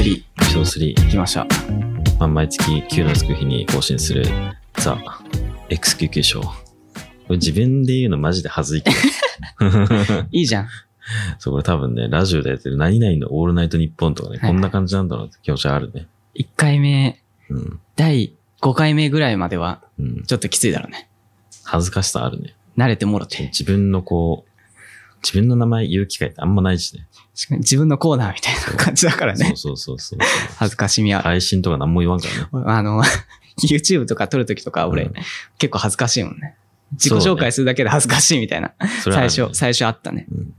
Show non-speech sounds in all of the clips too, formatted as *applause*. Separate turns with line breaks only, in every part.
3、
来ました。
まあ毎月9のつく日に更新するザ・エクスキューショー。これ自分で言うのマジで恥ずいけど。
*laughs* いいじゃん。
*laughs* そう、これ多分ね、ラジオでやってる何々のオールナイトニッポンとかね、
はい
こんな感じなんだろうって気持ちはあるね。
1回目、
うん。
第5回目ぐらいまでは、
うん。
ちょっときついだろうね。
恥ずかしさあるね。
慣れてもろて。
自分のこう、自分の名前言う機会ってあんまないしね。
確かに自分のコーナーみたいな感じだから
そ
ね
う。そうそうそう。
恥ずかしみはある。
配信とか何も言わんからね。
あの、YouTube とか撮るときとか俺、
うん
結構恥ずかしいもんね。自己
そうね
紹介するだけで恥ずかしいみたいな。
それはあ
最
るね
初、最初あったね。
うん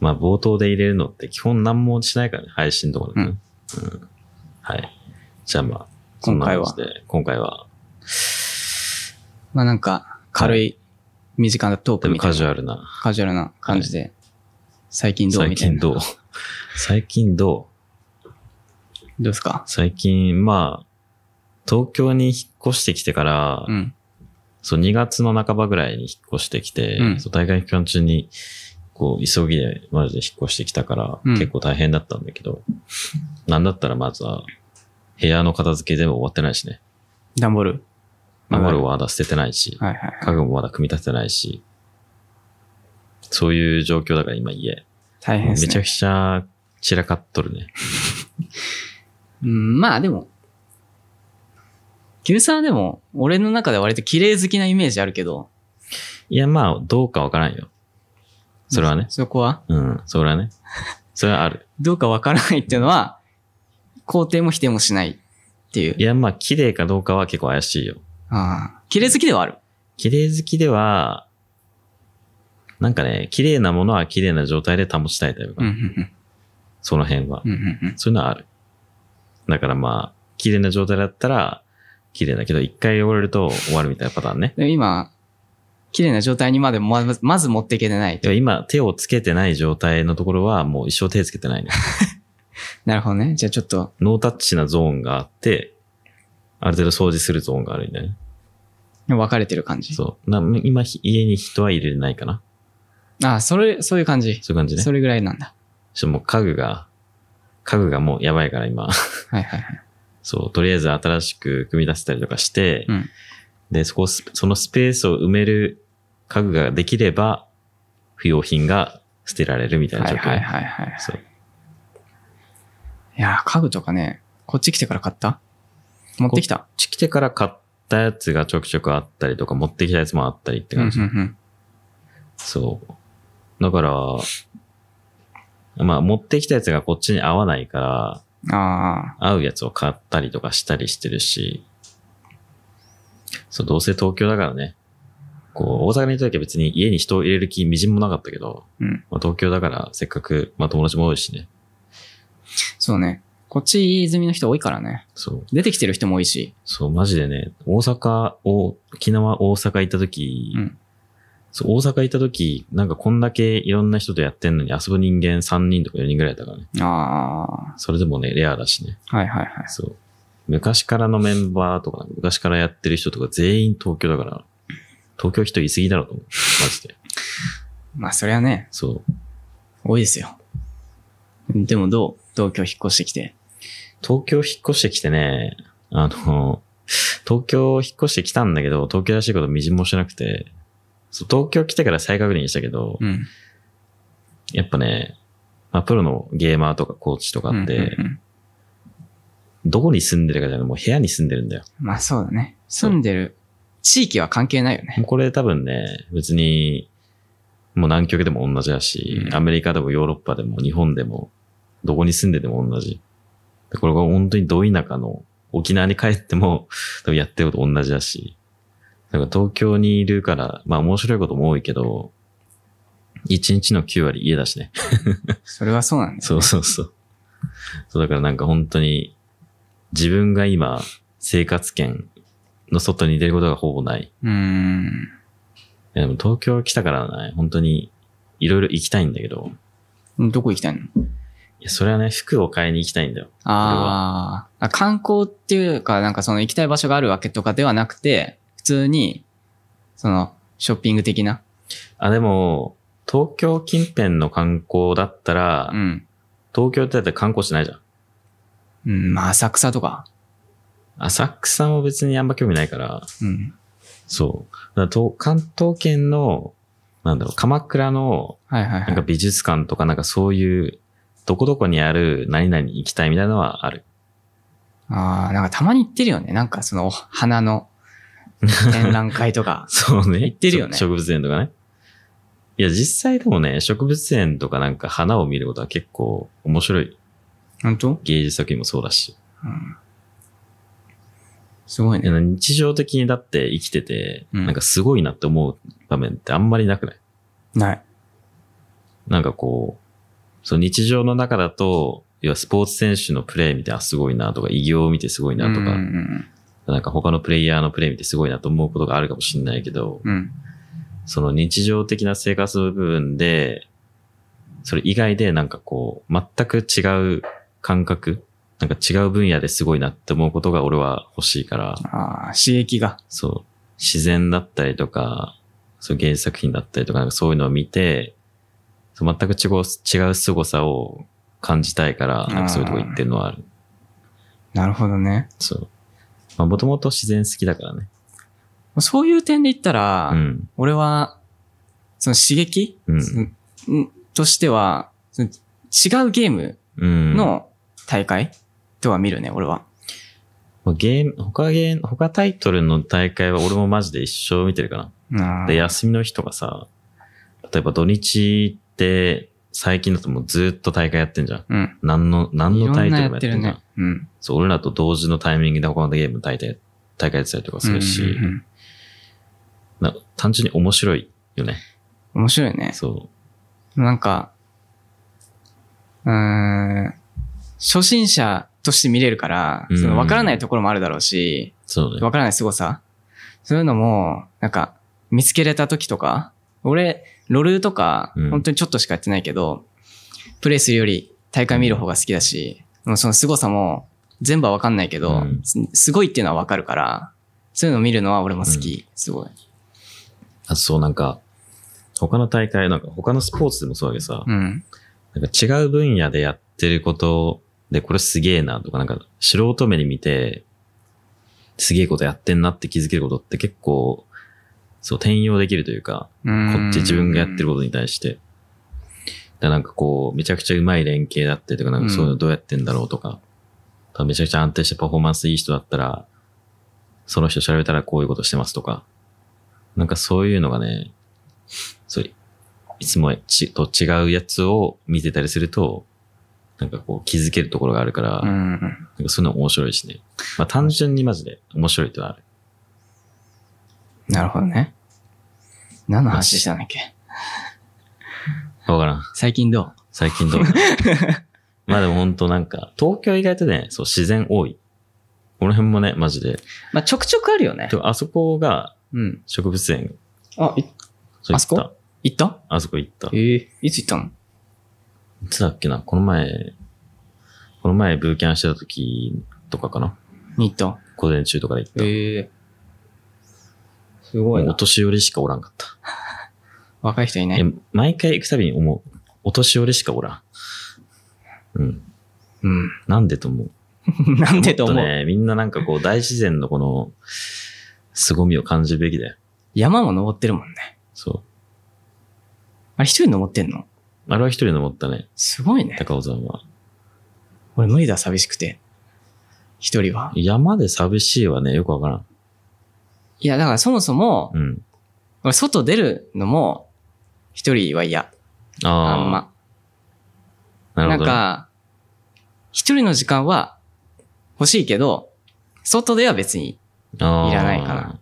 まあ冒頭で入れるのって基本何もしないからね、配信とかでね。
うん
うんはい。じゃあまあ、そんな感じで、今回は、
まあなんか、軽い、身近なトー
で
ク
も
みた
カ
いな、
ジュアルな、
カジュアルな感じで、最近どう
最
みたい
近
な。
どう最近どう
どうですか
最近、まあ、東京に引っ越してきてから、
うん。
そう、2月の半ばぐらいに引っ越してきて、
うん
そう大会期間中に、こう、急ぎで、マジで引っ越してきたから、
うん
結構大変だったんだけど、なんだったらまずは、部屋の片付けでも終わってないしね。
ダンボール。
ママルはまだ捨ててないし、
はいはい。
家具もまだ組み立ててないし、そういう状況だから今家。
大変
め
ですね。
ちゃくちゃ散らかっとるね。
うん、まあでも、キルさんはでも、俺の中では割と綺麗好きなイメージあるけど、
いや、まあ、どうかわからんよ。それはね。
そこは、
うん、それはね。それはある。
どうかわからないっていうのは、肯定も否定もしないっていう
い。や、まあ、綺麗かどうかは結構怪しいよ。
ああ綺麗好きではある。
綺麗好きでは、なんかね、綺麗なものは綺麗な状態で保ちたいタイプか
うん、
な、
うん、うん
その辺は。
うんうんうん。
そういうのはある。だからまあ、綺麗な状態だったら、綺麗だけど、一回汚れると終わるみたいなパターンね。
でも今、綺麗な状態にまでまずまず持っていけてない
で
と。
も今、手をつけてない状態のところは、もう一生手つけてないね。 *laughs*
なるほどね。じゃあちょっと、
ノータッチなゾーンがあって、ある程度掃除するゾーンがあるんだよね。
分かれてる感じ。
そう。な今、ひ家に人は入れないかな。
ああ、それ、そういう感じ。
そういう感じね。
そ
ちょ
れぐらいなんだ。
っともう家具が、家具がもうやばいから今。 *laughs*
はいはいはい。
そう、とりあえず新しく組み出せたりとかして、
うん
で、そこをス、そのスペースを埋める家具ができれば、不要品が捨てられるみたいな
は
状
い
況。
はいはいはい。
そう。
いやー、家具とかね、こっち来てから買った持ってきた
こっち来てから買ったやつがちょくちょくあったりとか、持ってきたやつもあったりって
うん
感
うん
じ。
うん。
そう。だから、まあ、持ってきたやつがこっちに合わないから、
あ
合うやつを買ったりとかしたりしてるし、そう、どうせ東京だからね、こう、大阪にいた時は別に家に人を入れる気みじんもなかったけど、
うん
まあ、東京だからせっかく、まあ、友達も多いしね、
あ、そうね。こっち住みの人多いからね。
そう、
出てきてる人も多いし。
そう、マジでね、大阪を、沖縄、大阪行った時、
うん
そう、大阪行った時、なんかこんだけいろんな人とやってんのに遊ぶ人間3人とか4人ぐらいだからね、
あ
それでもね、レアだしね。
あ、はいはいはい。
そう。昔からのメンバーとか、昔からやってる人とか全員東京だから、東京人いすぎだろうと思う。マジで。
まあ、そりゃね、
そう。
多いですよ。でもどう東京引っ越してきて。
東京引っ越してきてね、あの、東京引っ越してきたんだけど、東京らしいことみじんもしなくて、そう東京来てから再確認したけど、
うん。
やっぱね、まあ、プロのゲーマーとかコーチとかって、
うんうんうん
どこに住んでるかじゃなくて、もう部屋に住んでるんだよ。
まあ、そうだね。住んでる地域は関係ないよね。
もうこれ多分ね、別に、もう南極でも同じだし、
うん
アメリカでもヨーロッパでも日本でも、どこに住んでても同じ。でこれが本当にど田舎の沖縄に帰っても、多分やってること同じだし、なんか東京にいるから、まあ面白いことも多いけど、1日の9割家だしね。 *laughs*
それはそうなんです。
そうそうそう。そうだからなんか本当に、自分が今、生活圏の外に出ることがほぼない。
うーん。
いやでも東京来たからね、本当にいろいろ行きたいんだけど、
どこ行きたいの
いや、それはね、服を買いに行きたいんだよ。
あーあ、観光っていうか、なんかその行きたい場所があるわけとかではなくて、普通に、その、ショッピング的な。
あ、でも、東京近辺の観光だったら、
うん。
東京ってだって観光しないじゃん。
うん、まあ、浅草とか。
浅草も別にあんま興味ないから、
うん。
そう。だからと関東圏の、なんだろう、鎌倉の、
はいはい
なんか
はい。
美術館とかなんかそういう、どこどこにある何々行きたいみたいなのはある。。
ああ、なんかたまに行ってるよね。なんかその、お花の展覧会とか
そうね。
行ってるよね
そう植物園とかね。いや、実際でもね、植物園とかなんか花を見ることは結構面白い。
本当
芸術作品もそうだし。
うん。すごい
いや
ね。
日常的にだって生きてて、
うん
なんかすごいなって思う場面ってあんまりなくない
ない。
なんかこう、そう日常の中だと、要はスポーツ選手のプレー見て、あ、すごいなとか、偉業を見てすごいなとか、
うんうん
なんか他のプレイヤーのプレー見てすごいなと思うことがあるかもしれないけど、
うん。うん。
その日常的な生活の部分で、それ以外でなんかこう、全く違う感覚、なんか違う分野ですごいなって思うことが俺は欲しいから、
ああ、刺激が。
そう、自然だったりとか、そう芸術作品だったりとか、なんかそういうのを見て、そう全く違う、違う凄さを感じたいから、
ー
なんかそういうとこ行ってるのはある。
なるほどね。
そう。まあ、もともと自然好きだからね。
そういう点で言ったら、
うん。
俺は、その刺激、
うん
そのんとしては、その違うゲーム
うん。
の大会とは見るね、俺は。
まあゲーム、他ゲーム、他タイトルの大会は俺もマジで一生見てるか
あ
な。
ー
で、休みの日とかさ、例えば土日って、最近だともうずっと大会やってんじゃん。
うん。
何の、何
いろ
のタイ
ん
ト
な
ル
や
もや
っ
ってて
る
んじゃん
ね。。うん。
そう、俺らと同時のタイミングで他のゲーム大体、大会やってたりとかするし、
うんうんうん
な単純に面白いよね。
面白いね。
そ
なんか、うーん、初心者として見れるから、
うん
その分からないところもあるだろうし
う、、そうね。
分からない凄さそういうのも、なんか、見つけれた時とか、俺、ロルとか
うん、
本当にちょっとしかやってないけど、プレイするより大会見る方が好きだし、もうその凄さも全部は分かんないけ
う
ど、
ん
すすごいっていうのは分かるから、そういうのを見るのは俺も好き、すごい。
あそう、なんか、他の大会、なんか他のスポーツでもそうだけどさ、
うん。
なんか違う分野でやってることで、これすげえなとか、なんか素人目に見て、すげえことやってんなって気づけることって結構、そう、転用できるというか、
うん
こっち自分がやってることに対して。だからなんかこう、めちゃくちゃうまい連携だったりとか、なんかそういうのどうやってんだろうとか、多分めちゃくちゃ安定してパフォーマンスいい人だったら、その人調べたらこういうことしてますとか、なんかそういうのがね、そう、いつもちと違うやつを見てたりすると、なんかこう気づけるところがあるから、
う
なんか
ん。
そういうの面白いしね。まあ単純にマジで面白いってのはある。
なるほどね。何の話したんだっけ
わからん。
最近どう
最近
*laughs*
どうまあでも本当なんか、東京意外とね、そう自然多い。この辺もね、マジで。
まあ、ちょくちょくあるよね
で。もあそこが
うん。
植物園。
あ、い
そう
あそこ
行った
行った
あそこ行った。い
ええいつ行ったの
つだっけなこの前、この前ブーキャンしてた時とかかな
に行った。
午前中とかで行った。
ええす
も
ご
う
い
お
な。
年寄りしかおらんかった。
若い人いないい。
や毎回行くたびに思う。お年寄りしかおらん。うん。
うん。
なんでと思う。
*laughs* なんでと思
もっ
う。
ね、みんななんかこう大自然のこの凄みを感じるべきだよ。
山も登ってるもんね。
そう。
あれ一人登ってんの
あれは一人登ったね、
すごいね。
高尾山は。
俺無理だ、寂しくて。一人は。
山で寂しいはね、よくわからん。
いや、だからそもそも、
うん。
俺外出るのも、一人は嫌。
あ
あ
あ。
んま。
なる
な
ほど
ん
ね、
か、一人の時間は欲しいけど、外では別に、
あー
いらないかな。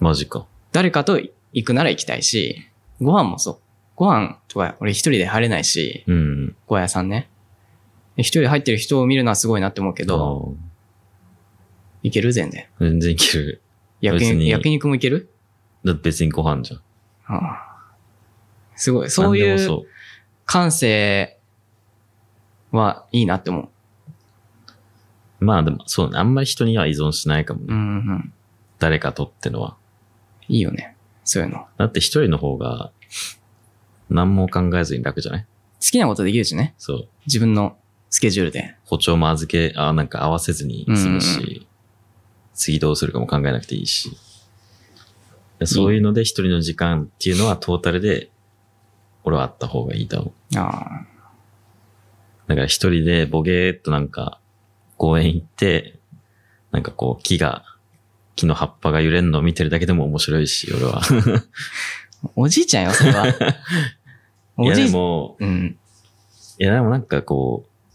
マジか。
誰かと行くなら行きたいし、ご飯もそう。ご飯とか俺一人で入れないし、
うん。
ご飯屋さんね。一人で入ってる人を見るのはすごいなって思うけど、行ける全然。
あー全然いける。
焼
別
肉
に
焼肉も行ける、
だって別にご飯じゃん。
はあすごい。そうい
何で
う
もそ
感性はいいなって思う。
う。まあでも、そうね。あんまり人には依存しないかもね。
うんうん。
誰かとってのは。
いいよね。そういうの。好
だって一人の方が、何も考えずに楽じゃない
きなことできるしね。
そう。
自分のスケジュールで。
歩調も預け、あなんか合わせずに済むし、
うんう
次どうするかも考えなくていいし。そういうので一人の時間っていうのはトータルで、俺はあった方がいいと思う。
あ
だから一人でボゲーっとなんか公園行って、なんかこう木が、木の葉っぱが揺れんのを見てるだけでも面白いし、俺は。
あ。おじいちゃんよ、それ
*laughs*
は。
い
*laughs* お
や
じ
で
いちゃん。
も、
うん。
いやでもなんかこう、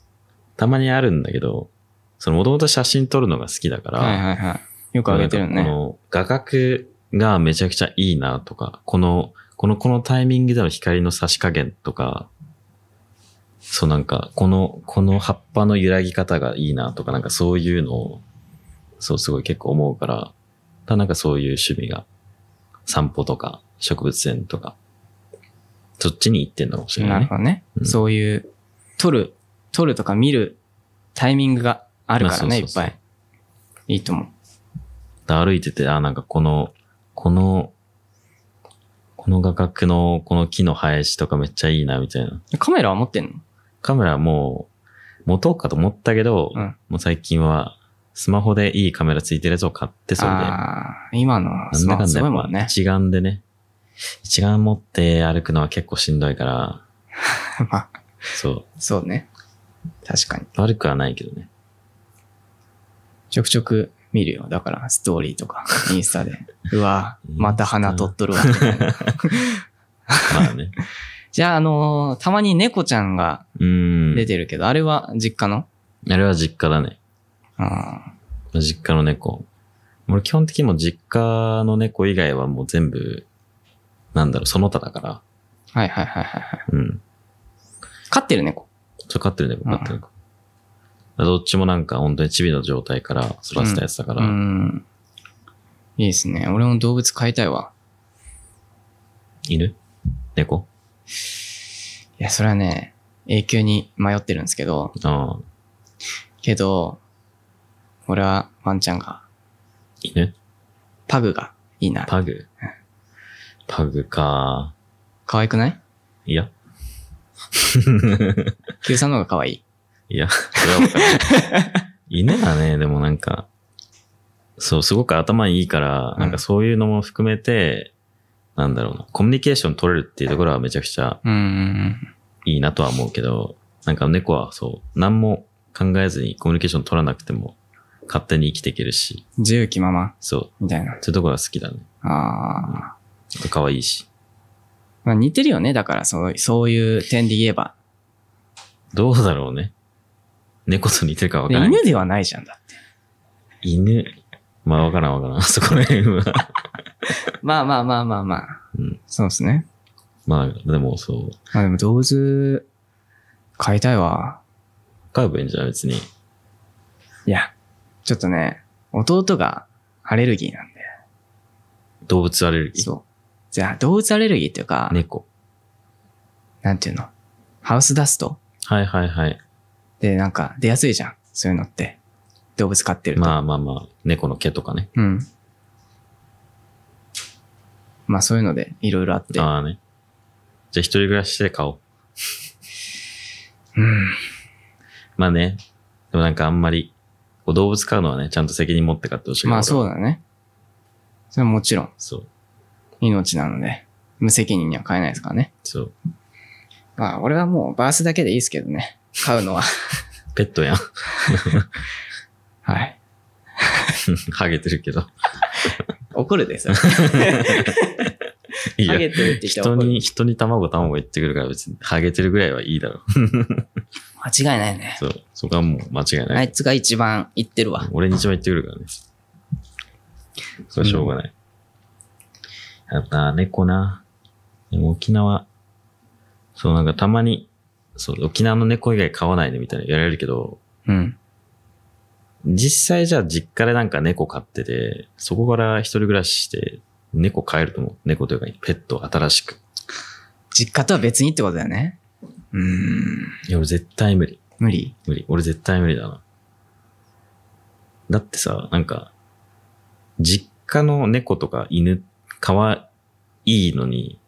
たまにあるんだけど、そのもともと写真撮るのが好きだから、
はいはいはい。よくあげてる
なんかこ
ね。
の画角がめちゃくちゃいいなとか、この、この、このタイミングでの光の差し加減とか、そうなんか、この、この葉っぱの揺らぎ方がいいなとか、なんかそういうのを、そうすごい結構思うから、ただなんかそういう趣味が、散歩とか植物園とか、そっちに行ってんのかもしれな
ないる
ね。
ほどね。
うん
そういう、撮る、撮るとか見るタイミングがあるから
まあ
ね、い
そう
っ
そうそう
ぱい。いいと思
歩いてて、あ、なんかこの、この、この画角のこの木の生えしとかめっちゃいいな、みたいな。
う。カメラは持ってんの
カメラもう持とうかと思ったけど、
うん
もう最近はスマホでいいカメラついてるやつを買ってそうで、な
ああ、今の
ん
ス
だか
マホ
ん
す
だ
ご
やっ
いも
ぱ
んね。 *laughs*
一眼でね、一眼持って歩くのは結構しんどいから、
まあ、
そう、
そうね。確かに。
悪くはないけどね。 *laughs*
ちょくちょく見るよ。だから、ストーリー
*laughs*
とか、インスタで。うわ、
インスタ
また鼻取っとるわ。みたいな
まあね。
じゃあ、あのーたまに猫ちゃんが
う
出
ー
てるけど、あれは実家の
ん。あれは実家だね。
あ
実家の猫。俺基本的にもう実家の猫以外はもう全部、なんだろう、その他だから。
ーはいはいはいはいはい。
うん。
飼ってる猫。
ちょ、飼ってる猫、飼ってる猫。どっちもなんか本当にチビの状態から育てたやつだか
う
ら、
ん。いいですね。俺も動物飼いたいわ。
犬猫
いや、それはね、永久に迷ってるんですけど、
ああ、
けど、俺はワンちゃんが、
犬
パグがいいな。
パグパグか。
可愛くない
いや
?Q さんの方が可愛い。
いや、それはわかんない。犬がね、でもなんか、そう、すごく頭いいから、
うん
なんかそういうのも含めて、なんだろうな、コミュニケーション取れるっていうところはめちゃくちゃ
うん。
いいなとは思うけど、なんか猫はそう、何も考えずにコミュニケーション取らなくても、勝手に生きていけるし、
自由気まま、
そう、
みたいな。
そういうところは好きだね。
ああ。
あと可愛いし。
まあ似てるよね。だから、そう、そういう点で言えば。
どうだろうね。猫と似てるかわ
で
からない。
犬ではないじゃんだって。
犬。まあわからんわからん。 *laughs* そこら辺は。
まあまあまあまあまあ。
うん
そうですね。
まあ、でもそう。
まあでも動物、飼いたいわ。
飼えばいいんじゃない別に。
いや、ちょっとね、弟がアレルギーなんで。
動物アレルギー。
そう。じゃあ、動物アレルギーっていうか、
猫。
なんていうのハウスダスト
はいはいはい。
で、なんか出やすいじゃん。そういうのって。動物飼ってると。
まあまあまあ、猫の毛とかね。
うん。まあそういうので、いろいろあって。
ああね。じゃあ一人暮らしして飼おう。
うん。
まあね。でもなんかあんまり、こう動物飼うのはね、ちゃんと責任持って飼ってほしい。
まあそううだね。それはもちろん、
そう。
命なので、無責任には飼えないですからね。
そう。
まあ俺はもうバースだけでいいですけどね。飼う
*laughs*
のは。
ペットやん。 *laughs*
はい。
ハゲてるけど。
*laughs* 怒るですよ。
い
ハ
や、
ゲてるって人は
人
怒る
に、人に卵卵言ってくるから別に、ハゲてるぐらいはいいだろう。
間違いないね。
そう。そこはもう間違いない。
あいつが一番言ってるわ。
俺に一番言ってくるからね。それはしょうがない。やっぱ猫な。でも沖縄、そうなんかたまに、そう、沖縄の猫以外飼わないでみたいな言われるけど、
うん。
実際じゃあ実家でなんか猫飼ってて、そこから一人暮らしして、猫飼えると思う。猫というかペット新しく。
実家とは別にってことだよね。うーん。
いや、俺絶対無理。
無理
無理。俺絶対無理だな。だってさ、なんか、実家の猫とか犬、可愛いのに、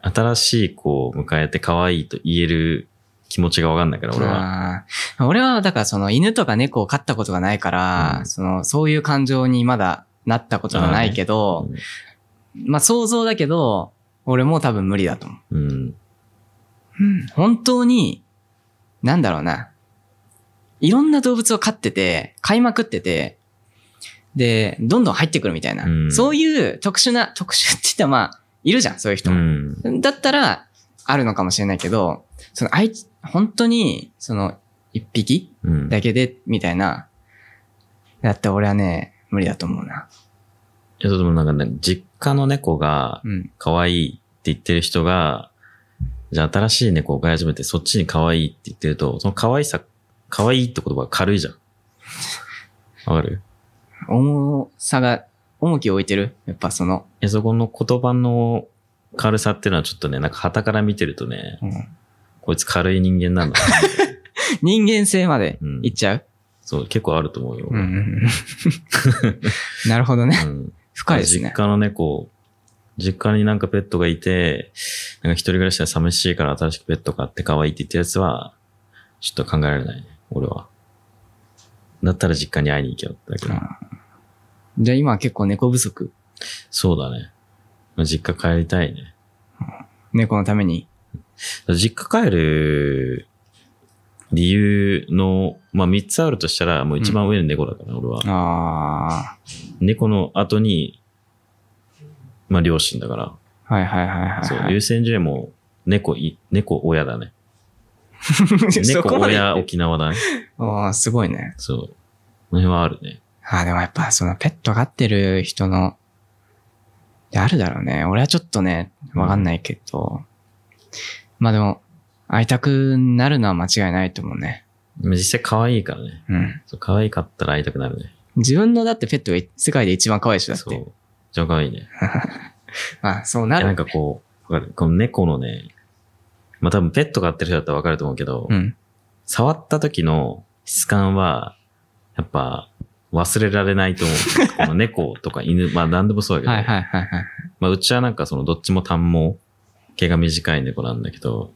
新しい子を迎えて可愛いと言える気持ちがわかんないから、俺は。
あー俺は、だからその犬とか猫を飼ったことがないから、
うん
その、そういう感情にまだなったことがないけど、まあ想像だけど、俺も多分無理だと思う。
うん。
本当に、なんだろうな。いろんな動物を飼ってて、飼いまくってて、で、どんどん入ってくるみたいな。
うん
そういう特殊な、特殊って言ったらまあ、いるじゃん、そういう人
う
も。
ん。
だったら、あるのかもしれないけど、その、あいつ、本当に、その、一匹
うん。
だけで、みたいな。だって俺はね、無理だと思うな。
いや、でもなんかね、実家の猫が
うん。
可愛いって言ってる人が、じゃあ新しい猫を飼い始めてそっちに可愛いって言ってると、その可愛さ、可愛いって言葉が軽いじゃん。わかる
重さが、重きを置いてるやっぱその、
え、そこの言葉の軽さっていうのはちょっとね、なんか旗から見てるとね、
うん
こいつ軽い人間なんだな。
*laughs* 人間性までいっちゃう、
そう、結構あると思うよ。
うんうん *laughs* うんなるほどね。
うん
深いですね
実。家の猫、実家になんかペットがいて、なんか一人暮らしは寂しいから新しくペット買って可愛いって言ったやつは、ちょっと考えられないね、俺は。だったら実家に会いに行けよってだけど。
うんじゃあ今は結構猫不足。
そうだね。まあ実家帰りたいね。
猫のために。
実家帰る理由の、まあ3つあるとしたら、もう一番上の猫だから、俺は。
あ
猫の後に、まあ両親だから。
あ。はいはいはいは
そう、
い、は
優先順位も猫い、猫親だね。
い。 *laughs* そ
猫
こまで
親沖縄だね。
ああ、すごいね。
そう。この辺はあるね。
ああ、でもやっぱそのペット飼ってる人の、であるだろうね。俺はちょっとね、わかんないけど。まあでも、会いたくなるのは間違いないと思うね。
でも実際可愛いからね。
うん。
そう可愛かったら会いたくなるね。
自分のだってペットが世界で一番可愛い人だっ
そう。
て。
めっちゃ可愛いね。
まあそう
い
な
や
る。
なんかこう、わかる。この猫のね、まあ多分ペット飼ってる人だったらわかると思うけど、
うん。
触った時の質感は、やっぱ忘れられないと思う。この猫とか犬、 *laughs* まあ何でもそうだけど、
はいはいはいはい。
まあ、うちはなんかそのどっちも短毛、毛が短い猫なんだけど、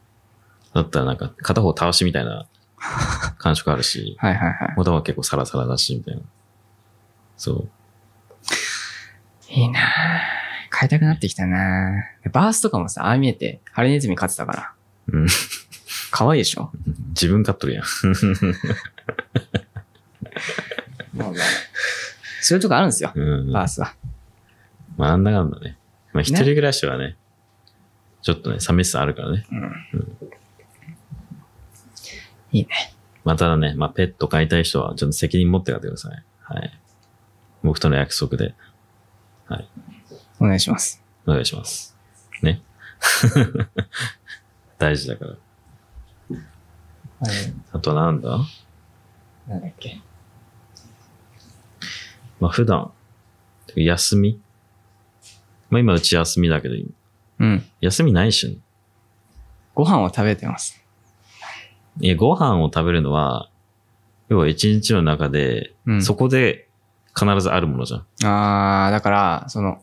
だったらなんか片方倒しみたい
*laughs*
な感触あるし、
はいはいは
片方は結構サラサラだし、みたいな。そう。
い。いいなぁ。買いたくなってきたなぁ。バースとかもさ、ああ見えて、ハリネズミ飼ってたから。
うん、
可愛いでしょ
自分飼っとるやん。
そういうとこあるんですよ。
うん。
バ
ま
ースは。
あ、なんだかんだね。まあ、一人暮らしはね、ちょっとね、寂しさあるからね。
いいね。
まあ、ただね、まあ、ペット飼いたい人は、ちょっと責任持って飼ってください。はい。僕との約束で、
お願いします。
お願いします。ね。 *laughs* 大事だから。あとなんだ
なんだっけ。
まあ普段、休みまあ今うち休みだけど、
うん。
休みないしね。
ご飯を食べてます。
いや、ご飯を食べるのは、要は一日の中で、
うん
そこで必ずあるものじゃん。
あー、だから、その、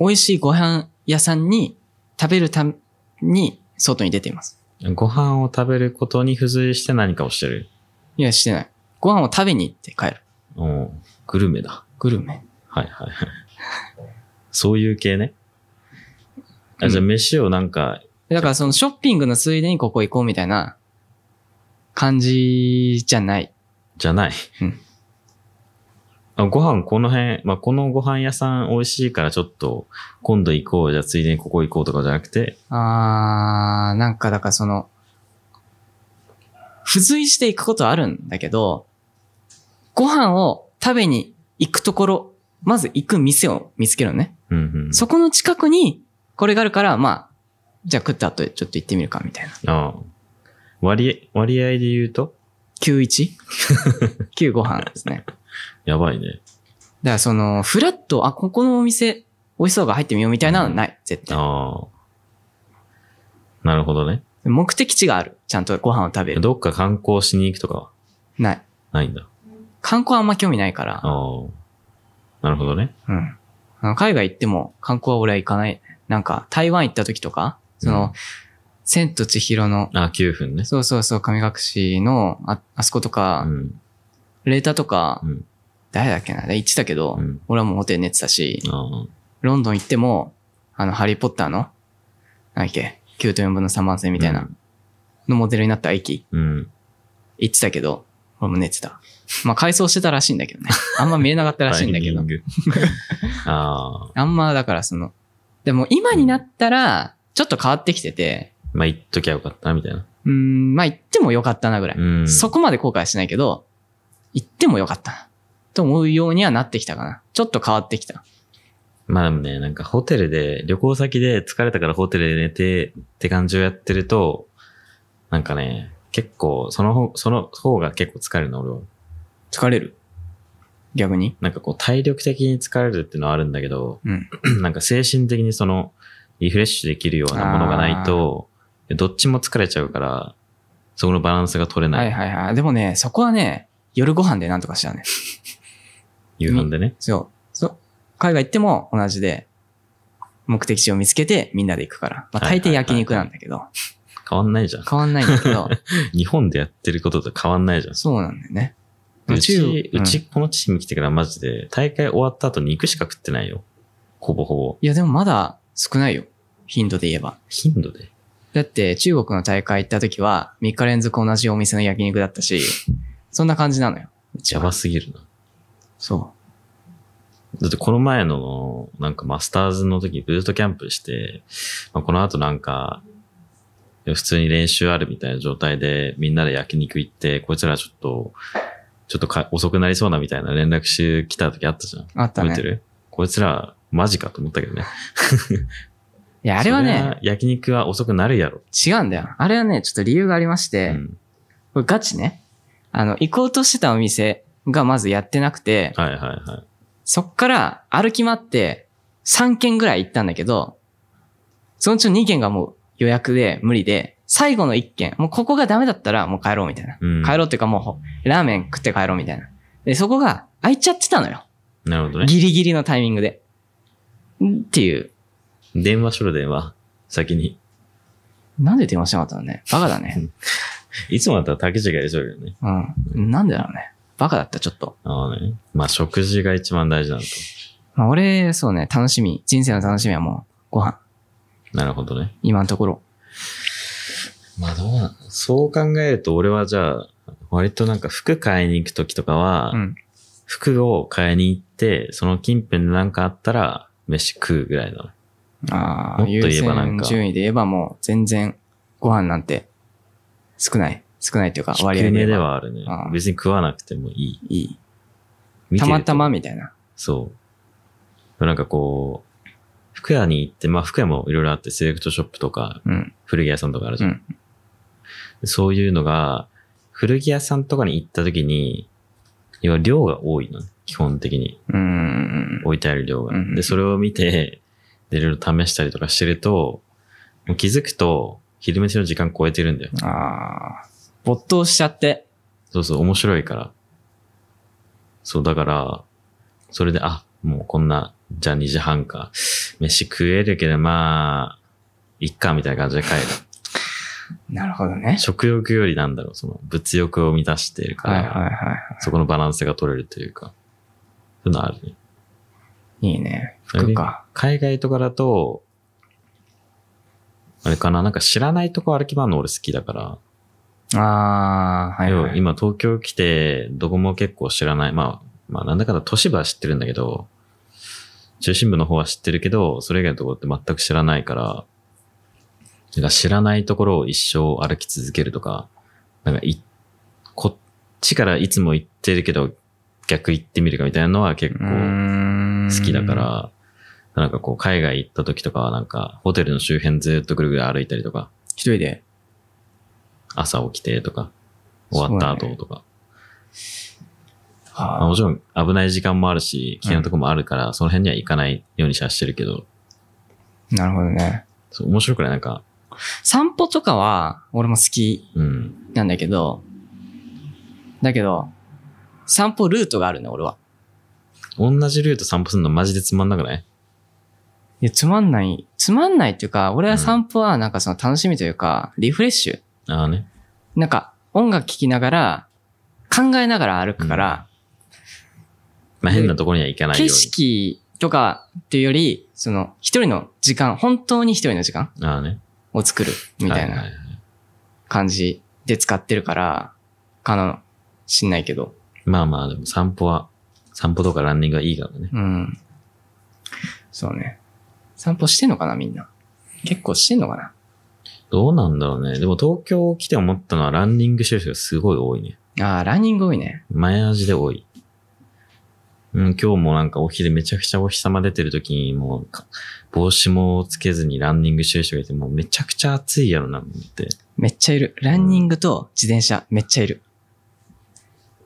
美味しいご飯屋さんに食べるために外に出ています。
ご飯を食べることに付随して何かをしてる。
いや、してない。ご飯を食べに行って帰る。
うん。グルメだ。
グルメ。
はいはいはい。そういう系ね。あじゃあ
う
飯をなんか、
だからそのショッピングのついでにここ行こうみたいな感じじゃない。
じゃない。
うん
あご飯この辺、まあ、このご飯屋さん美味しいからちょっと今度行こう、じゃあついでにここ行こうとかじゃなくて、
あー、なんかだからその、付随していくことはあるんだけど、ご飯を食べに行くところ、まず行く店を見つけるのね。
うんうん。
そこの近くにこれがあるから、まあ、じゃあ食った後ちょっと行ってみるかみたいな。
ああ割合、割合で言うと、 *laughs*
91?9 ご飯ですね。
やばいね。
だからその、フラッと、あ、ここのお店、美味しそうが入ってみようみたいなのはない、絶対。
ああ。なるほどね。
目的地がある。ちゃんとご飯を食べる。
どっか観光しに行くとかは
ない。
ないんだ。
観光はあんま興味ないから。
ああ。なるほどね。
うん。あの海外行っても観光は俺は行かない。なんか、台湾行った時とか、その、
うん
千と千尋の、
あ、9分ね。
そうそうそう、神隠しの、あ、あそことか、
うん。
レーターとか、
うん
誰だっけな、行ってたけど、
うん。
俺はもうホテル寝てたし、
あ
ロンドン行っても、あの、ハリーポッターの、何だっけ、9と4分の3番線みたいな、のモデルになった駅、
あ。うん。
行ってたけど、俺も寝てた。まあ、改装してたらしいんだけどね。あんま見えなかったらしいんだけ
タイ
ど
*laughs* ミン。
*laughs*
グ。ああ。
あんま、だからその、でも今になったら、ちょっと変わってきてて、
まあ、言っときゃよかったな、みたいな。
うーん、まあ行ってもよかったなぐらい。
うん。
そこまで後悔はしないけど、行ってもよかったな。と思うようにはなってきたかな。ちょっと変わってきた。
まあでもね、なんかホテルで、旅行先で疲れたからホテルで寝てって感じをやってると、なんかね、結構、その方、その方が結構疲れるの、俺は。
疲れる逆に
なんかこう体力的に疲れるっていうのはあるんだけど、
うん
なんか精神的にその、リフレッシュできるようなものがないと、どっちも疲れちゃうから、そこのバランスが取れない。
はいはいはい。でもね、そこはね、夜ご飯でなんとかしたね。
夕飯でね。
そう。そう。海外行っても同じで、目的地を見つけてみんなで行くから。まあ
はいはいはい
大抵焼肉なんだけど、
変わんないじゃん。
変わんないんだ
*laughs*
けど、
日本でやってることと変わんないじゃん。
そうなんだよね。
うち、
うん
うちこのチーム来てからマジで、大会終わった後肉しか食ってないよ。ほぼほぼ。
いやでもまだ少ないよ。頻度で言えば。
頻度で。
だって中国の大会行った時は3日連続同じお店の焼肉だったし、そんな感じなのよ。うち
や
は
ばすぎるな。
そ
だってこの前の、なんかマスターズの時、ブートキャンプして、まあ、この後なんか、普通に練習あるみたいな状態で、みんなで焼肉行って、こいつらちょっと、ちょっとか遅くなりそうなみたいな連絡して来た時あったじゃん。
う。あった
覚え
ね
て。るこいつら、マジかと思ったけどね。
いや、あれは
そり
ね、
ゃ、焼肉は遅くなるやろ。
違うんだよ。あれはね、ちょっと理由がありまし
う
て、
ん。
これガチね。あの、行こうとしてたお店がまずやってなくて、
はいはいはい。
そっから歩き回って3軒ぐらい行ったんだけど、そのうちの2軒がもう予約で無理で、最後の1軒、もうここがダメだったらもう帰ろうみたいな。
うん
帰ろうっていうかもうほ、ラーメン食って帰ろうみたいな。で、そこが空いちゃってたのよ。
なるほどね。
ギリギリのタイミングで。んっていう。
電話しろ電話。 *laughs* 先に。
なんで電話しなかったのね。バカだね。
いつもだったら竹地がやりそうだよね。
うん。なんでだろうね。バカだった、ちょっと。
ああね。まあ食事が一番大事なのと。
まあ、俺、そうね、楽しみ、人生の楽しみはもう、ご飯。
なるほどね。
今のところ。
まあどうなんそう考えると俺はじゃあ、割となんか服買いに行くときとかは、
うん。
服を買いに行って、その近辺でなんかあったら、飯食うぐらいなの。
あ
も
あ、
っと言えばなんか
優先順位で言えばもう、全然、ご飯なんて、少ない。少ないというか、割合
低
で言
め
え
で
ば
はあるね
ああ。
別に食わなくてもい
いい。
い。
たまたまみ
たい
たいな。
そう。なんかこう、服屋に行って、まあ服屋もいろいろあって、セレクトショップとか、
うん。
古着屋さんとかあるじゃん。
うん
そういうのが、古着屋さんとかに行った時に、要は量が多いのね、基本的に。
うーん。
置いてある量が
うんうん。
で、それを見て、 *laughs* でいろいろ試したりとかしてると、もう気づくと、昼飯の時間超えてるんだよ。
ああ。没頭しちゃって。
そうそう、面白いから。そう、だから、それで、あ、もうこんな、じゃあ2時半か。飯食えるけど、まあ、いっか、みたいな感じで帰る。 *laughs*
なるほどね。
食欲よりなんだろう、その物欲を満たしているか
はいはい
ら、
は
そこのバランスが取れるというか、そういうのあるね。
い。いいね。服か。
海外とかだと、あれかな、なんか知らないとこ歩き回るの俺好きだから、
ああ、はい
要
は。
はい今東京来て、どこも結構知らない。まあ、まあなんだかんだ都市部は知ってるんだけど、中心部の方は知ってるけど、それ以外のところって全く知らないから、なんか知らないところを一生歩き続けるとか、なんかい、こっちからいつも行ってるけど、逆行ってみるかみたいなのは結構好
好
きだか。ら、なんかこう海外行った時とかはなんかホテルの周辺ずっとぐるぐる歩いたりとか、
一人で。
朝起きてとか、終わった
そうだ
後
ね
とか。まあ
あ
もちろん危ない時間もあるし、危険なとこもあるから、その辺には行かないようにしはしてるけど、
ーなるほどね。
そう面白くないなんか、
散歩とかは、俺も好き
うん。
なんだけど、だけど、散歩ルートがあるね、俺は。
同じルート散歩するのマジでつまんなくない
いや、つまんない。つまんないっていうか、俺は散歩はなんかその楽しみというか、リフレッシュ。
ああね。
なんか、音楽聴きながら、考えながら歩くから、
まあ、変なところには行かないよう
景
に。
色とかっていうより、その、一人の時間、本当に一人の時間
ああね。
を作る、みたい
はは
な
は
感じで使ってるから、かな、しんないけど。
まあまあ、でも散歩は、散歩とかランニングはいいからね。
うん。そうね。散歩してんのかな、みんな。結構してんのかな。
どうなんだろうね。でも東京来て思ったのはランニングしてる人がすごい多いね。
ああ、ランニング多いね。
前味で多い。うん、今日もなんかお昼めちゃくちゃお日様出てる時にもうか帽子もつけずにランニングしてる人がいてもうめちゃくちゃ暑いやろなと思って。
めっちゃいる。ランニングと自転車、めっちゃいる。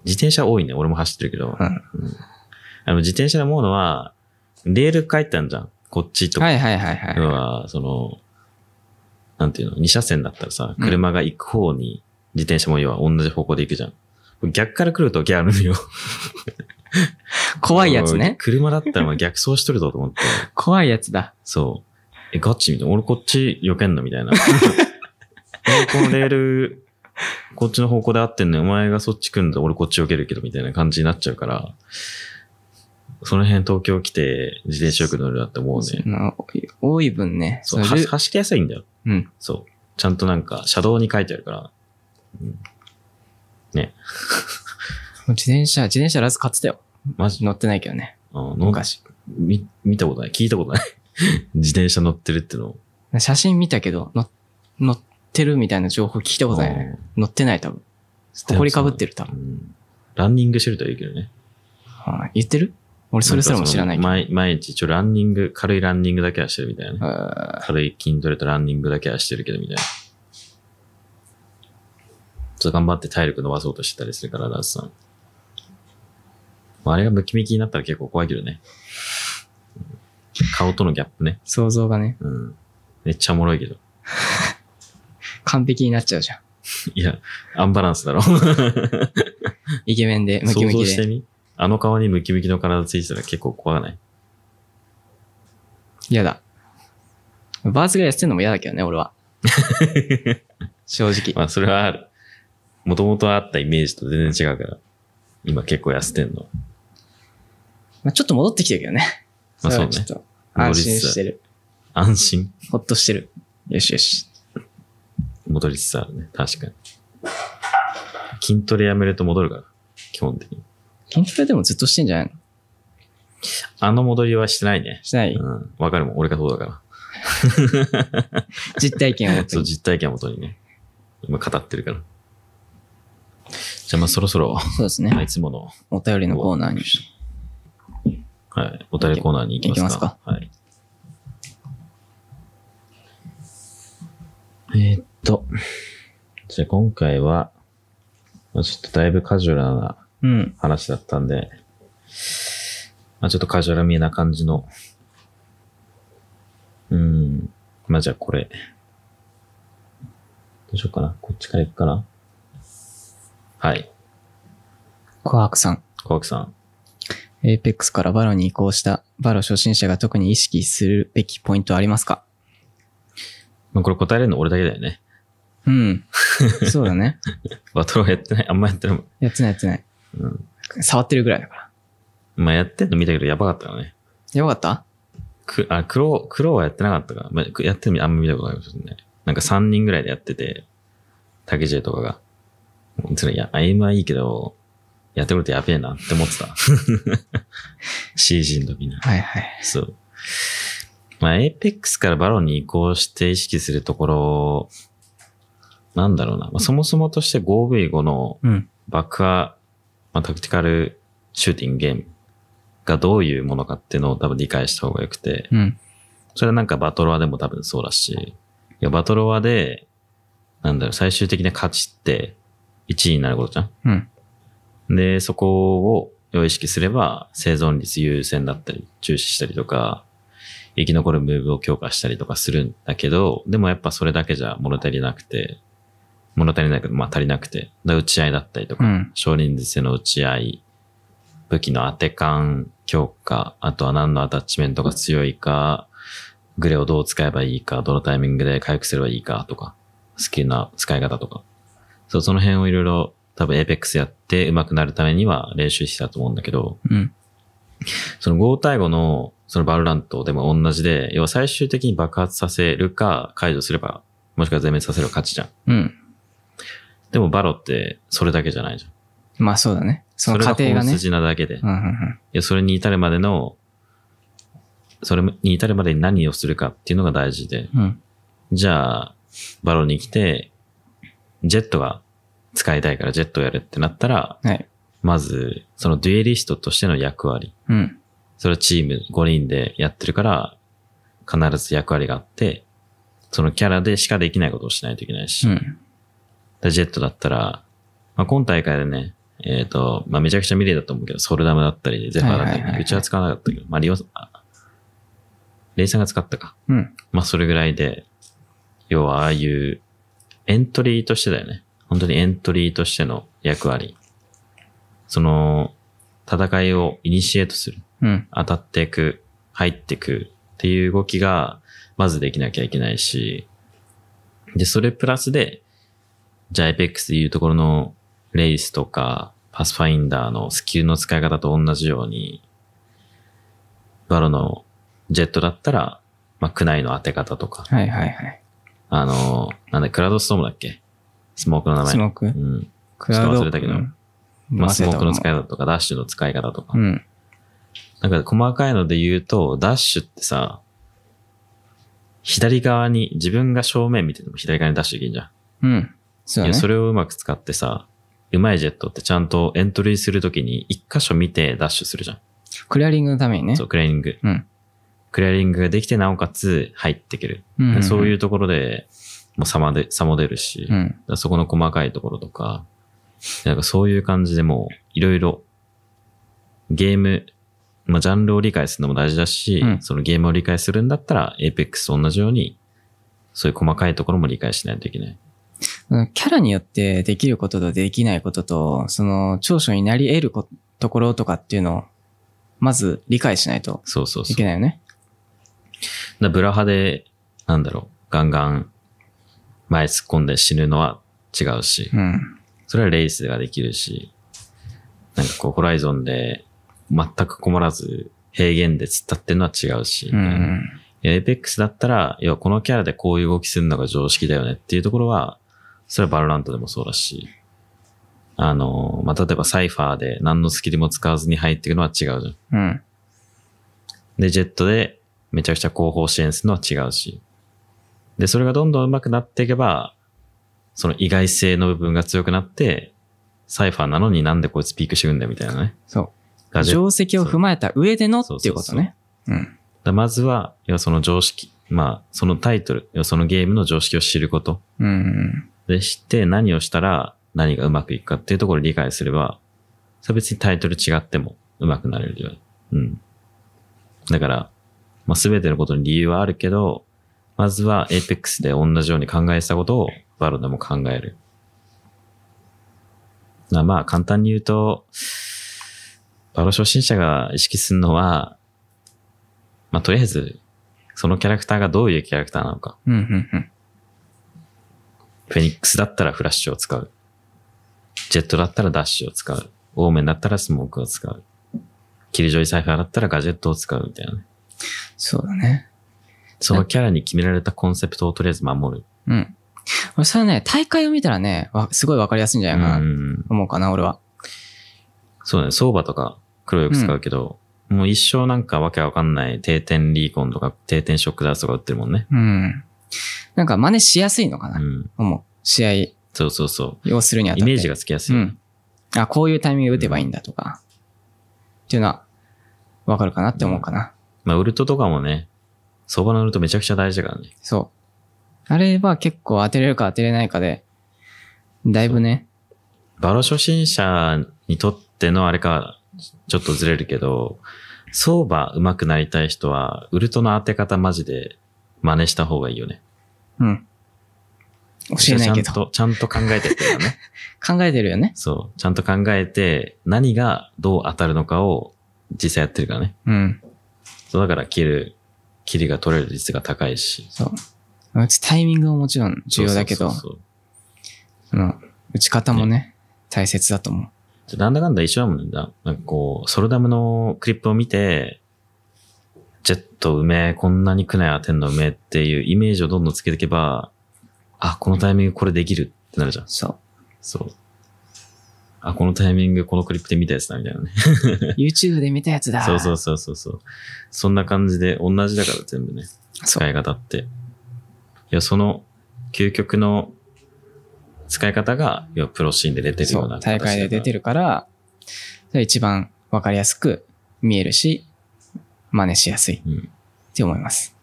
自転車多いね。俺も走ってるけど。
うん
あの自転車で思うのは、レール書いてあるじゃん。こっちとか。
はいはいはいはい。
要は、その、なんていうの、二車線だったらさ、
うん
車が行く方に、自転車も要は同じ方向で行くじゃん。逆から来るときあるのよ。
怖いやつ
*laughs*
ね。
車だったらまあ逆走しとるぞと思って。
怖いやつだ。
そう。え、ガチみたいな。俺こっち避けんのみたいな。えこのレール、こっちの方向で合ってんのよお前がそっち来るんだ。俺こっち避けるけど、みたいな感じになっちゃうから。その辺東京来て自転車よく乗るなって思うね。
な多い分ね。
そう、
そのル
は走りやすいんだよ。
うん。
そう。ちゃんとなんか、車道に書いてあるから。
自転車、自転車ラズ買ってたよ。
マジ、
乗ってないけどね。
あの、
昔。
み見たことない。聞いた *laughs* ことない。自転車乗ってるってのを。
写真見たけど、乗乗ってるみたいな情報聞いたことないね。乗ってない多分。埃かぶってる多
う
分。
んランニングしてるとは言うけどね。
あー言ってる俺それすらも知らないけど。
毎毎日一応ランニング、軽いランニングだけはしてるみたいなね。
あ
軽い筋トレとランニングだけはしてるけどみたいな。ちょっと頑張って体力伸ばそうとしてたりするから、ダースさん。まああれがムキムキになったら結構怖いけどね。うん顔とのギャップね
ー。想像がね、
うん。めっちゃおもろいけど。
完璧になっちゃうじゃん。
いや、アンバランスだろ。
イケメンで、ムキ
想
ムキ
像して
で。
みあの顔にムキムキの体ついてたら結構怖ない。
嫌だ。バースが痩せてんのも嫌だけどね、
*laughs*
俺は。正直。
まあ、それはある。もともとあったイメージと全然違うから。今結構痩せてんの。
まあ、ちょっと戻ってきてるけどね。
まあ
れ
そう
は
ね
ちょっと安心してる。
安心。
ほっとしてる。よしよし。
戻りつつあるね。確かに。筋トレやめると戻るから。基本的に。
筋トレでもずっとしてんじゃないの
あの戻りはしてないね。
してない
うん。わかるもん。俺がそうだから。
実体験を
*laughs*
持って
そう、実体験をもとにね。今語ってるから。じゃあまあそろそろ、
そうです
まあ
ね。
いつもの、
お便りのコーナーに。
はい、お便りコーナーに行きますか。はい。えーっと、じゃあ今回は、まあちょっとだいぶカジュアルな
うん。
話だったんで、まあ、ちょっとカジュアルめな感じの、うん、まあじゃあこれ、どうしようかな。こっちから行くかな。はい、
琥珀さん。
小脇さん。
エーペックスからバロに移行したバロ初心者が特に意識するべきポイントありますか
まあ、これ答えれるの俺だけだよね。 *laughs*
うん。そうだね。
バトルはやってない。あんまやってないもん。
やってないやってない。
うん
触ってるぐらいだから。
まあやってんの見たけどやばかったよね。
よかった
く、あ、黒、黒はやってなかったから。まあ、くやってるのあんま見たことないですね。なんか3人ぐらいでやってて、竹 J とかが。それ、いや、アイムはいいけど、やってくれてやべえなって思ってた。CG の時に。
はいはい。
そう。まあ、エイペックスからバロンに移行して意識するところ、なんだろうな。まあ、そもそもとして 5V5 の
うん。
爆破、まあ、タクティカルシューティングゲームがどういうものかっていうのを多分理解した方がよくて、
うん。
それはなんかバトロワでも多分そうだし、いやバトロワで、なんだろう、最終的な勝ちって1位になることじゃ
うん。
ん。で、そこを要意識すれば生存率優先だったり、重視したりとか、生き残るムーブを強化したりとかするんだけど、でもやっぱそれだけじゃ物足りなくて、物足りないけど、まあ足りなくて、だから打ち合いだったりとか
う、ん。
少人数の打ち合い、武器の当て感強化、あとは何のアタッチメントが強いか、グレをどう使えばいいか、どのタイミングで回復すればいいかとか、好きな使い方とか。そう、その辺をいろいろ多分エーペックスやって上手くなるためには練習してたと思うんだけど、
うん。
その5対5のそのバルラントでも同じで、要は最終的に爆発させるか解除すれば、もしくは全滅させれば勝ちじゃん。
うん。
でもバロってそれだけじゃないじゃん。
まあそうだね。その
れ
過程が
本
ね。
筋なだけで。
うんうんう
い
ん。
や、それに至るまでの、それに至るまでに何をするかっていうのが大事で。
うん。
じゃあ、バロに来て、ジェットが使いたいからジェットをやるってなったら、
はい。
まず、そのデュエリストとしての役割。
うん。
それはチーム5人でやってるから、必ず役割があって、そのキャラでしかできないことをしないといけないし。
うん。
でジェットだったら、まあ、今大会でね、えっ、と、まあ、めちゃくちゃミレーだと思うけど、ソルダムだったり、ゼファーだった
はいはいはいは
り、
いう
ちは使わなかったけど、まあ、リオ、あレイさんが使ったか。
うん。
まあ、それぐらいで、要はああいう、エントリーとしてだよね。本当にエントリーとしての役割。その、戦いをイニシエートする。
うん。
当たっていく、入っていくっていう動きが、まずできなきゃいけないし、で、それプラスで、じゃあ Apex でいうところのレイスとか、パスファインダーのスキルの使い方と同じように、バロのジェットだったら、まあ、クナイの当て方とか、
はいはいはい。
あの、なんだ、クラウドストームだっけスモークの名前。
スモーク
うん。
クラウ
ちょ
ド。
っと忘れたけど
うん
まあ、スモークの使
い
い方とか、ダッシュの使い方とか
う。ん。
なんか細かいので言うと、ダッシュってさ、左側に、自分が正面見てても左側にダッシュできるじゃん。
うん。そう
い
だ
や、
ね。
それをうまく使ってさ、うまいジェットってちゃんとエントリーするときに一箇所見てダッシュするじゃん。
クリアリングのためにね。
そう、クレーニング。
うん。
クレアリングができて、なおかつ入ってくる。
うん。。
そういううところで、もう差まで、差も出るし、だ
う
か
ん。
らそこの細かいところとか、なんかそういう感じでもう、いろいろ、ゲーム、まあ、ジャンルを理解するのも大事だし、
うん
そのゲームを理解するんだったら、Apex と同じように、そういう細かいところも理解しないといけない。
キャラによってできることとできないことと、その長所になり得ることころとかっていうのを、まず理解しないと
そうそうそう
い。けないよね。
だブラハで、なんだろう、ガンガン前突っ込んで死ぬのは違うし、
うん。
それはレイスができるし、なんかこう、ホライゾンで全く困らず、平原で突っ立ってるのは違うし、
うん。
いや、エイペックスだったら、要はこのキャラでこういう動きするのが常識だよねっていうところは、それはバロラントでもそうだし、あの、まあ、例えばサイファーで何のスキルも使わずに入っていくのは違うじゃん。
うん。
で、ジェットでめちゃくちゃ後方支援するのは違うし。で、それがどんどん上手くなっていけば、その意外性の部分が強くなって、サイファーなのになんでこいつピークしてくんだよみたいなね。
そ
ガ
う。
ジェ
定石を踏まえた上でのっていうことね。うん。
だまずは、要はその常識、まあ、そのタイトル、要はそのゲームの常識を知ること。
うん。
でして、何をしたら何がうまくいくかっていうところを理解すれば、それは別にタイトル違ってもうまくなれるよね。うん。だから、まあ、全てのことに理由はあるけど、まずは Apex で同じように考えてたことをバロでも考える。なまあ、簡単に言うと、バロ初心者が意識するのは、まあ、とりあえず、そのキャラクターがどういうキャラクターなのか。
うん。うん。うん。
フェニックスだったらフラッシュを使う。ジェットだったらダッシュを使う。オーメンだったらスモークを使う。キルジョイサイファーだったらガジェットを使うみたいなね。
そうだね。
そのキャラに決められたコンセプトをとりあえず守る。
うん。俺それはね、大会を見たらね、わすごいわかりやすいんじゃ
う
ないかな、
ん。
思うかな、俺は。
そうだね。相場とか黒よく使うけど、もう一生なんかわけわかんない定点リーコンとか定点ショックダースとか売ってるもんね。
うん。なんか真似しやすいのか
う
な、
ん。
思う。試
そうそうそ
合をするにあた
う。
って。
イメージがつきやすい。
うん。あ、こういうタイミングで打てばいいんだとか、っていうのは、わかるかなって思うかな。
まあ、ウルトとかもね、相場のウルトめちゃくちゃ大事だからね。
そう。あれは結構当てれるか当てれないかで、だいぶね、
バロ初心者にとってのあれか、ちょっとずれるけど、相場上手くなりたい人は、ウルトの当て方マジで真似した方がいいよね。
うん。教えないけ
ちゃん
ど。
と、ちゃんと考えてっていう
*laughs*
かね。
考えてるよね。
そう。ちゃんと考えて、何がどう当たるのかを実際やってるからね。
うん。
そうだから、キル、キリが取れる率が高いし。
そう。打つタイミングももちろん重要だけど、
そうそうそう
その、打ち方もね、大切だと思う。
そうなんだかんだ一緒だもんだ。なんかこう、ソルダムのクリップを見て、ジェットうめえ、こんなにクナイ当てんのうめえっていうイメージをどんどんつけていけば、あ、このタイミングこれできるってなるじゃん。
そう。
そう。あ、このタイミングこのクリップで見たやつだみたいなね。 *laughs*
YouTube で見たやつだ。
そうそうそうそうそう。そんな感じで同じだから全部ね。
そう。
使い方って。いや、その究極の使い方が、要はプロシーンで出てる
そ
よ
う
うな
大会で出て
る。
るから、それ一番わかりやすく見えるし、真似しやすい
うん。
って思います。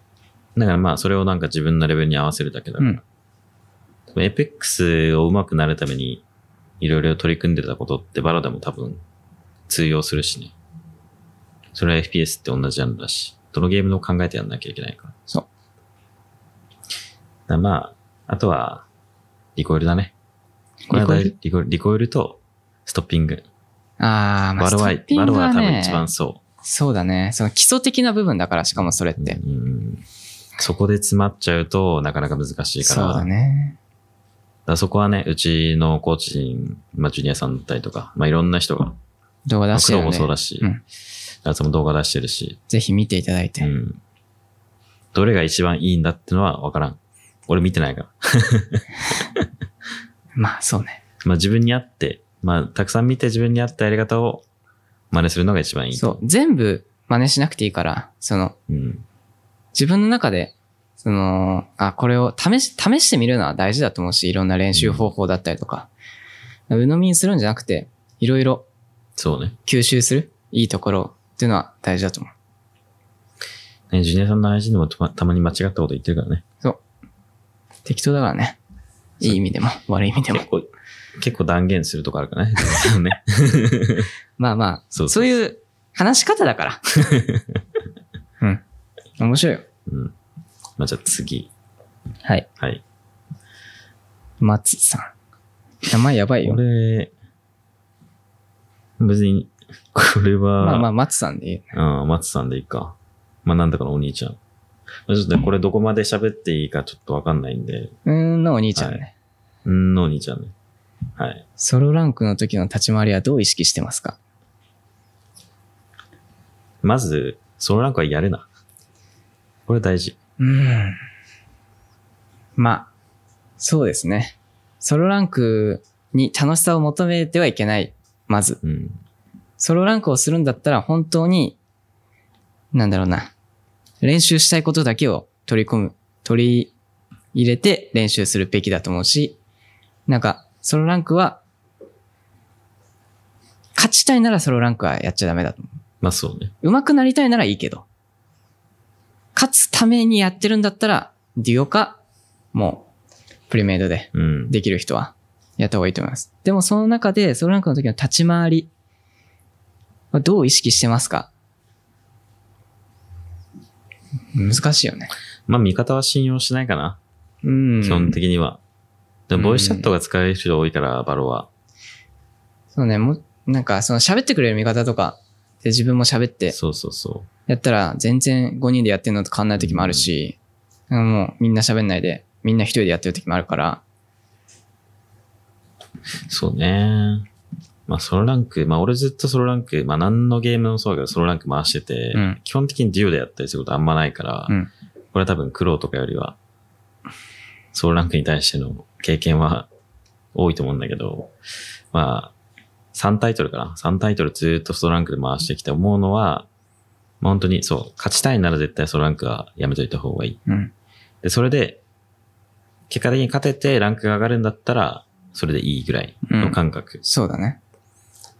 だからまあ、それをなんか自分のレベルに合わせるだけだから。エペックスを上手くなるために、いろいろ取り組んでたことってバラでも多分通用するしね。それは FPS って同じジャンルだし、どのゲームの考えてやんなきゃいけないから。
そう。
だからまあ、あとは、リコイルだね。これは大事リコイルリコイルとストッピング。
あー、まあ、
バロは、
ストッピン
バ
グ
ロ
は
は
ね
多分一番そ
そうだね。その基礎的な部分だから、しかもそれっ
う。
て。
うんうんうんそこで詰まっちゃうとなかなか難しいから。
そうだね。
だからそこはね、うちのコーチ陣、まあ、ジュニアさんだったりとか、まあ、いろんな人が、
動画
まあ
出して
黒、
るの
も
で、
そうだし、
うん
あとも動画出してるし、
ぜひ見ていただいて。
うん。どれが一番いいんだってのはわからん。俺見てないから。
まあ、そうね。
まあ、自分に合って、まあ、たくさん見て自分に合ったやり方を真似するのが一番いい。
そう。全部真似しなくていいから、その、
う。うん。
自分の中で、その、あ、これを試し、試してみるのは大事だと思うし、いろんな練習方法だったりとか、鵜呑みにするんじゃなくて、いろいろ
そうね。
吸収する、いいところっていうのは大事だと思う。
ねジュニアさんの配信でもたまたまに間違ったこと言ってるからね。
適当だからね。いい意味でも、悪い意味でも
*laughs* 結。構、結構断言するとこあるからね。 *laughs* ジュニアさんね
まあまあ、
そう
そういう話し方
*laughs*
だから。うん。面白いよ。
うん。まあ、じゃあ次。
はい。
はい。
松さん。名前やばいよ。
俺、別に、 *laughs* これは、
まあまあ、松さんでいい。
うん、松さんでいいか。まあ、なんだかのお兄ちゃん。まあ、ちょっとねこれどこまで喋っていいかちょっとわかんないんで、
うーんのお兄ちゃんね。
はうんのお兄ちゃんね。はい。
ソロランクの時の立ち回りはどう意識してますか
まず、そのランクはやるな。これ大事。
うん。まあ、そうですね。ソロランクに楽しさを求めてはいけない。まず。
うん。
ソロランクをするんだったら本当に、なんだろうな。練習したいことだけを取り込む、取り入れて練習するべきだと思うし、なんか、ソロランクは、勝ちたいならソロランクはやっちゃダメだと思
まあ、そうね。
う。上手くなりたいならいいけど、勝つためにやってるんだったら、デュオか、もう、プリメイドで
うん。
できる人はやった方がいいと思います。でもその中で、ソロランクの時の立ち回り、どう意識してますか難しいよね。
まあ、味方は信用しないかな。
うん。
基本的には。で
うん
も、ボイスチャットが使える人が多いから、バロは。
そうね、もう、なんかその喋ってくれる味方とか、で自分も喋って、
そうそうそ
やったら全然5人でやってるのと変わんない時もあるし、もうみんな喋んないで、みんな一人でやってる時もあるから、
う。そうね。まあ、ソロランク、まあ、俺ずっとソロランク、まあ、何のゲームもそうだけど、ソロランク回してて、
うん
基本的にデュオでやったりすることあんまないから、
うん
これは多分、苦労とかよりは、ソロランクに対しての経験は多いと思うんだけど、まあ、3タイトルかな。3タイトルずっとソロランクで回してきて思うのは、まあ、本当にそう、勝ちたいなら絶対ソロランクはやめといた方がいい。
うん。
で、それで、結果的に勝ててランクが上がるんだったら、それでいいぐらいの感覚。
そうだね。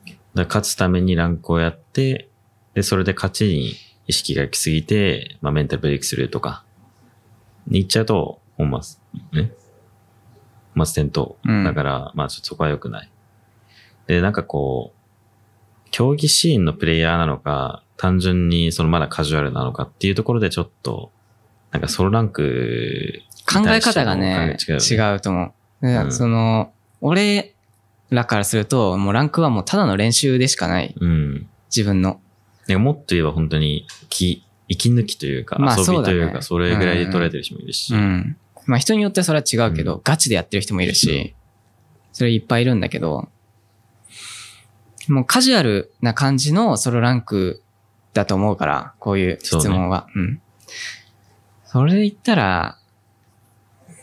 だから勝つためにランクをやって、で、それで勝ちに意識が行きすぎて、まあメンタルブレイクスルーとか、に行っちゃうと、本末、ね。本末転倒。
うん
だから、まあちょっとそこは良くない。で、なんかこう、競技シーンのプレイヤーなのか、単純にそのまだカジュアルなのかっていうところでちょっと、なんかソロランク、
考え方がね
対、して
違
の考え違う
うと思う。で
うん
その、俺らからすると、もうランクはもうただの練習でしかない。
うん。
自分の。
なんかもっと言えば本当に、気、息抜きというか、
まあ
遊び
そうだ
と
ね
いうか、それぐらいで捉えてる人もいるし。
うん。まあ人によってそれは違うけど、
う
ガチでやってる人もいるし、それいっぱいいるんだけど、もうカジュアルな感じのソロランクだと思うから、こういう質問は。うん。それで言ったら、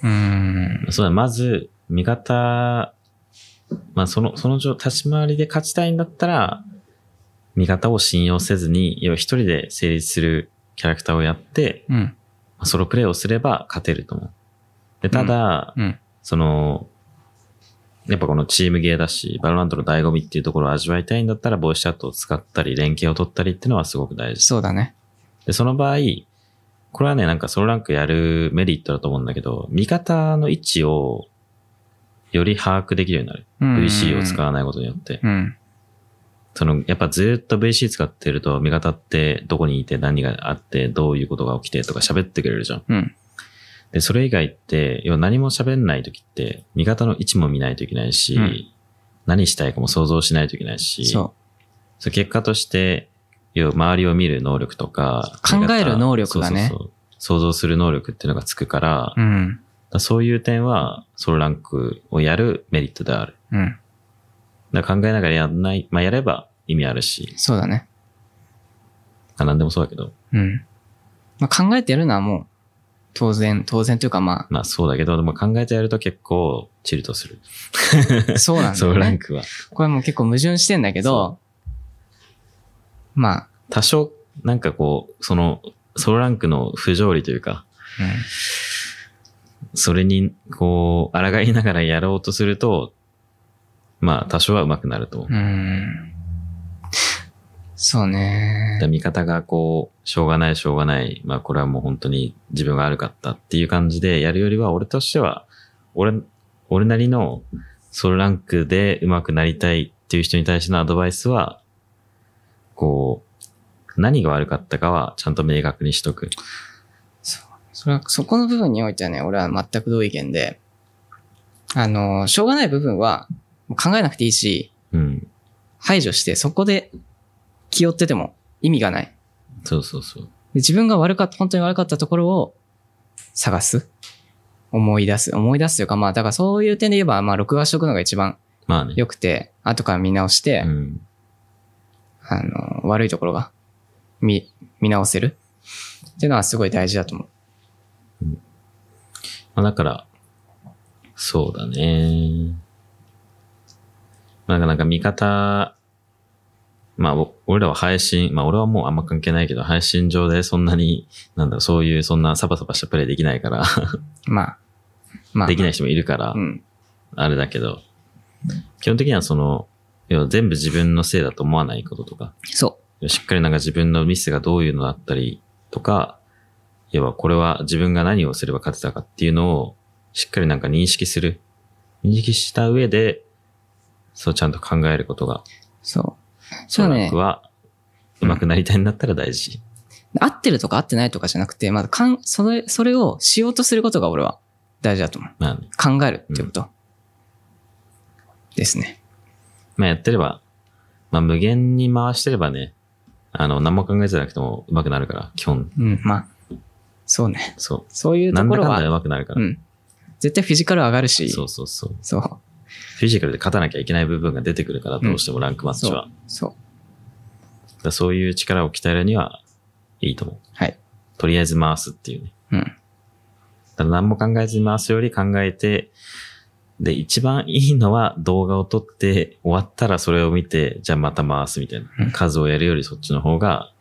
うーん。
そうだ、まず、味方、まあ、その、その状、立ち回りで勝ちたいんだったら、味方を信用せずに、要は一人で成立するキャラクターをやって、
うん。
まあソロプレイをすれば勝てると思う。で、ただ、
うん。
その、やっぱこのチームゲーだし、バロラントの醍醐味っていうところを味わいたいんだったら、ボイスチャットを使ったり、連携を取ったりっていうのはすごく大事。
そうだね。
で、その場合、これはね、なんかソロランクやるメリットだと思うんだけど、味方の位置をより把握できるようになる。
うん。
VC を使わないことによって。
うん。
その、やっぱずっと VC 使ってると、味方ってどこにいて何があって、どういうことが起きてとか喋ってくれるじゃん。
うん。
で、それ以外って、要は何も喋んないときって、味方の位置も見ないといけないし、
うん
何したいかも想像しないといけないし、
そう。
そう結果として、要は周りを見る能力とか、
考える
見方
能力が
そ
ね
うそうそう想像する能力っていうのがつくから、だか
うん。
らそういう点は、ソロランクをやるメリットである。
うん。
だから考えながらやんない、まあやれば意味あるし、
そうだね。
あ何でもそうだけど、
うん。まあ、考えてやるのはもう、当然、当然というかま
まあそうだけど、でも考えてやると結構チルとする。
あ、 *laughs* そうなんだ
ソ
よ
ロラン
ね。
クは。
これも結構矛盾してんだけど、まあ、
多少、なんかこう、その、ソロランクの不条理というか、それに、こう、抗いながらやろうとすると、まあ、多少は上手くなると思う。
うん。うん、そうね
で。味方がこう、しょうがない、しょうがない、まあ、これはもう本当に自分が悪かったっていう感じでやるよりは、俺としては、俺、俺なりのソロランクで上手くなりたいっていう人に対してのアドバイスは、こう、何が悪かったかはちゃんと明確にしとく。
それは、そこの部分においてはね、俺は全く同意見で、あの、しょうがない部分はもう考えなくていいし、
うん。
排除して、そこで気負ってても意味がない。
そうそうそう。
で自分が悪かった、本当に悪かったところを探す。思い出す。思い出すというか、まあ、だからそういう点で言えば、まあ、録画しとくのが一番
まあね。
良くて、後から見直して、
うん。
あの、悪いところが見、見直せる。っていうのはすごい大事だと思う。
まあ、だから、そうだね。まあ、なんかなんか味方、まあ、お俺らは配信、まあ、俺はもうあんま関係ないけど、配信上でそんなに、なんだろう、そういうそんなサバサバしたプレイできないから、
まあ、まあ。。
できないい人もいるから
う、ん。
あれだけど、基本的にはその、要は全部自分のせいだと思わないこととか、
そ
しっかりなんか自分のミスがどういうのだったりとか、要はこれは自分が何をすれば勝てたかっていうのをしっかりなんか認識する。認識した上で、そうちゃんと考えることが、
う。そう。
そ
そう
う
ね
僕。は上手くなりたいんだったら大事。
合ってるとか合ってないとかじゃなくて、まずかん、それ、それをしようとすることが俺は大事だと思う。
まあね、
考えるっていうこと。ですね。
まあやってれば、まあ無限に回してればね、あの、何も考えてなくても上手くなるから、基本、
うん、まあ、そうね。
そ。
そういうう
な
と
ん
こ
だ
ろ
かん
は
だ、上手くなるか
う
ら。
ん。絶対フィジカル上がるし、
そうそうそう。
そう、
フィジカルで勝たなきゃいけない部分が出てくるから、どうしてもランクマッチは。
そう、
だからそういう力を鍛えるにはいいと思う。
はい。
とりあえず回すっていうね。
うん。
だから何も考えずに回すより考えて、で、一番いいのは動画を撮って終わったらそれを見て、じゃあまた回すみたいな。
うん
数をやるよりそっちの方が、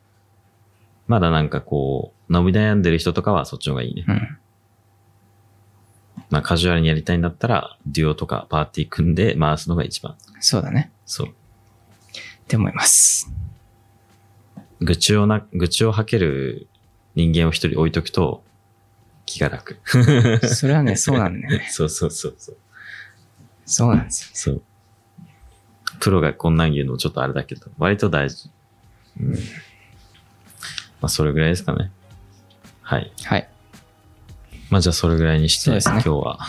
まだなんかこう、伸び悩んでる人とかはそっちの方がいいね。
うん。
まあカジュアルにやりたいんだったら、デュオとかパーティー組んで回すのが一番。
そうだね。
そう。
って思います。
愚痴をな、愚痴を吐ける人間を一人置いとくと、気が楽。
それはね、そうなんだよね。
*laughs* そうそうそうそう。
そうなんです
そ
よ。
う。プロがこんなん言うのもちょっとあれだけど、割と大事。うん。まあ、それぐらいですかね。はい。
はい。
まあ、じゃあそれぐらいにして、
そうですね
今日は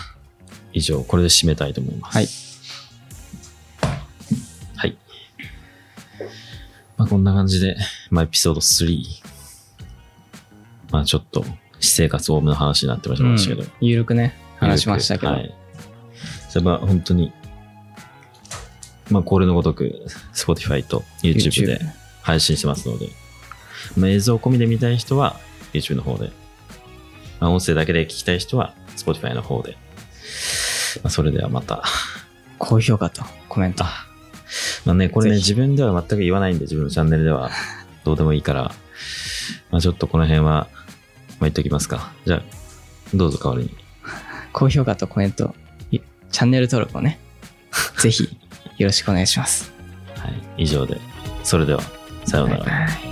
以上、これで締めたいと思います。
はい。
はい。まあ、こんな感じで、まあ、エピソード3。まあちょっと、私生活多めの話になってまいりましたけど、
ゆるくね、話しましたけど。
はい。それは本当に、まあ、これのごとく、Spotify と YouTube で配信してますので、まあ、映像込みで見たい人は YouTube の方で、まあ、音声だけで聞きたい人は Spotify の方で、まあ、それではまた、
高評価とコメント。
まあね、これね、
ぜひ
自分では全く言わないんで、自分のチャンネルではどうでもいいから、まあ、ちょっとこの辺は、まあ、言っときますか。じゃあ、どうぞ代わりに。
高評価とコメント、いチャンネル登録をね、ぜひよろしくお願いします。
はい、以上で、それでは、さようなら。
バイバイ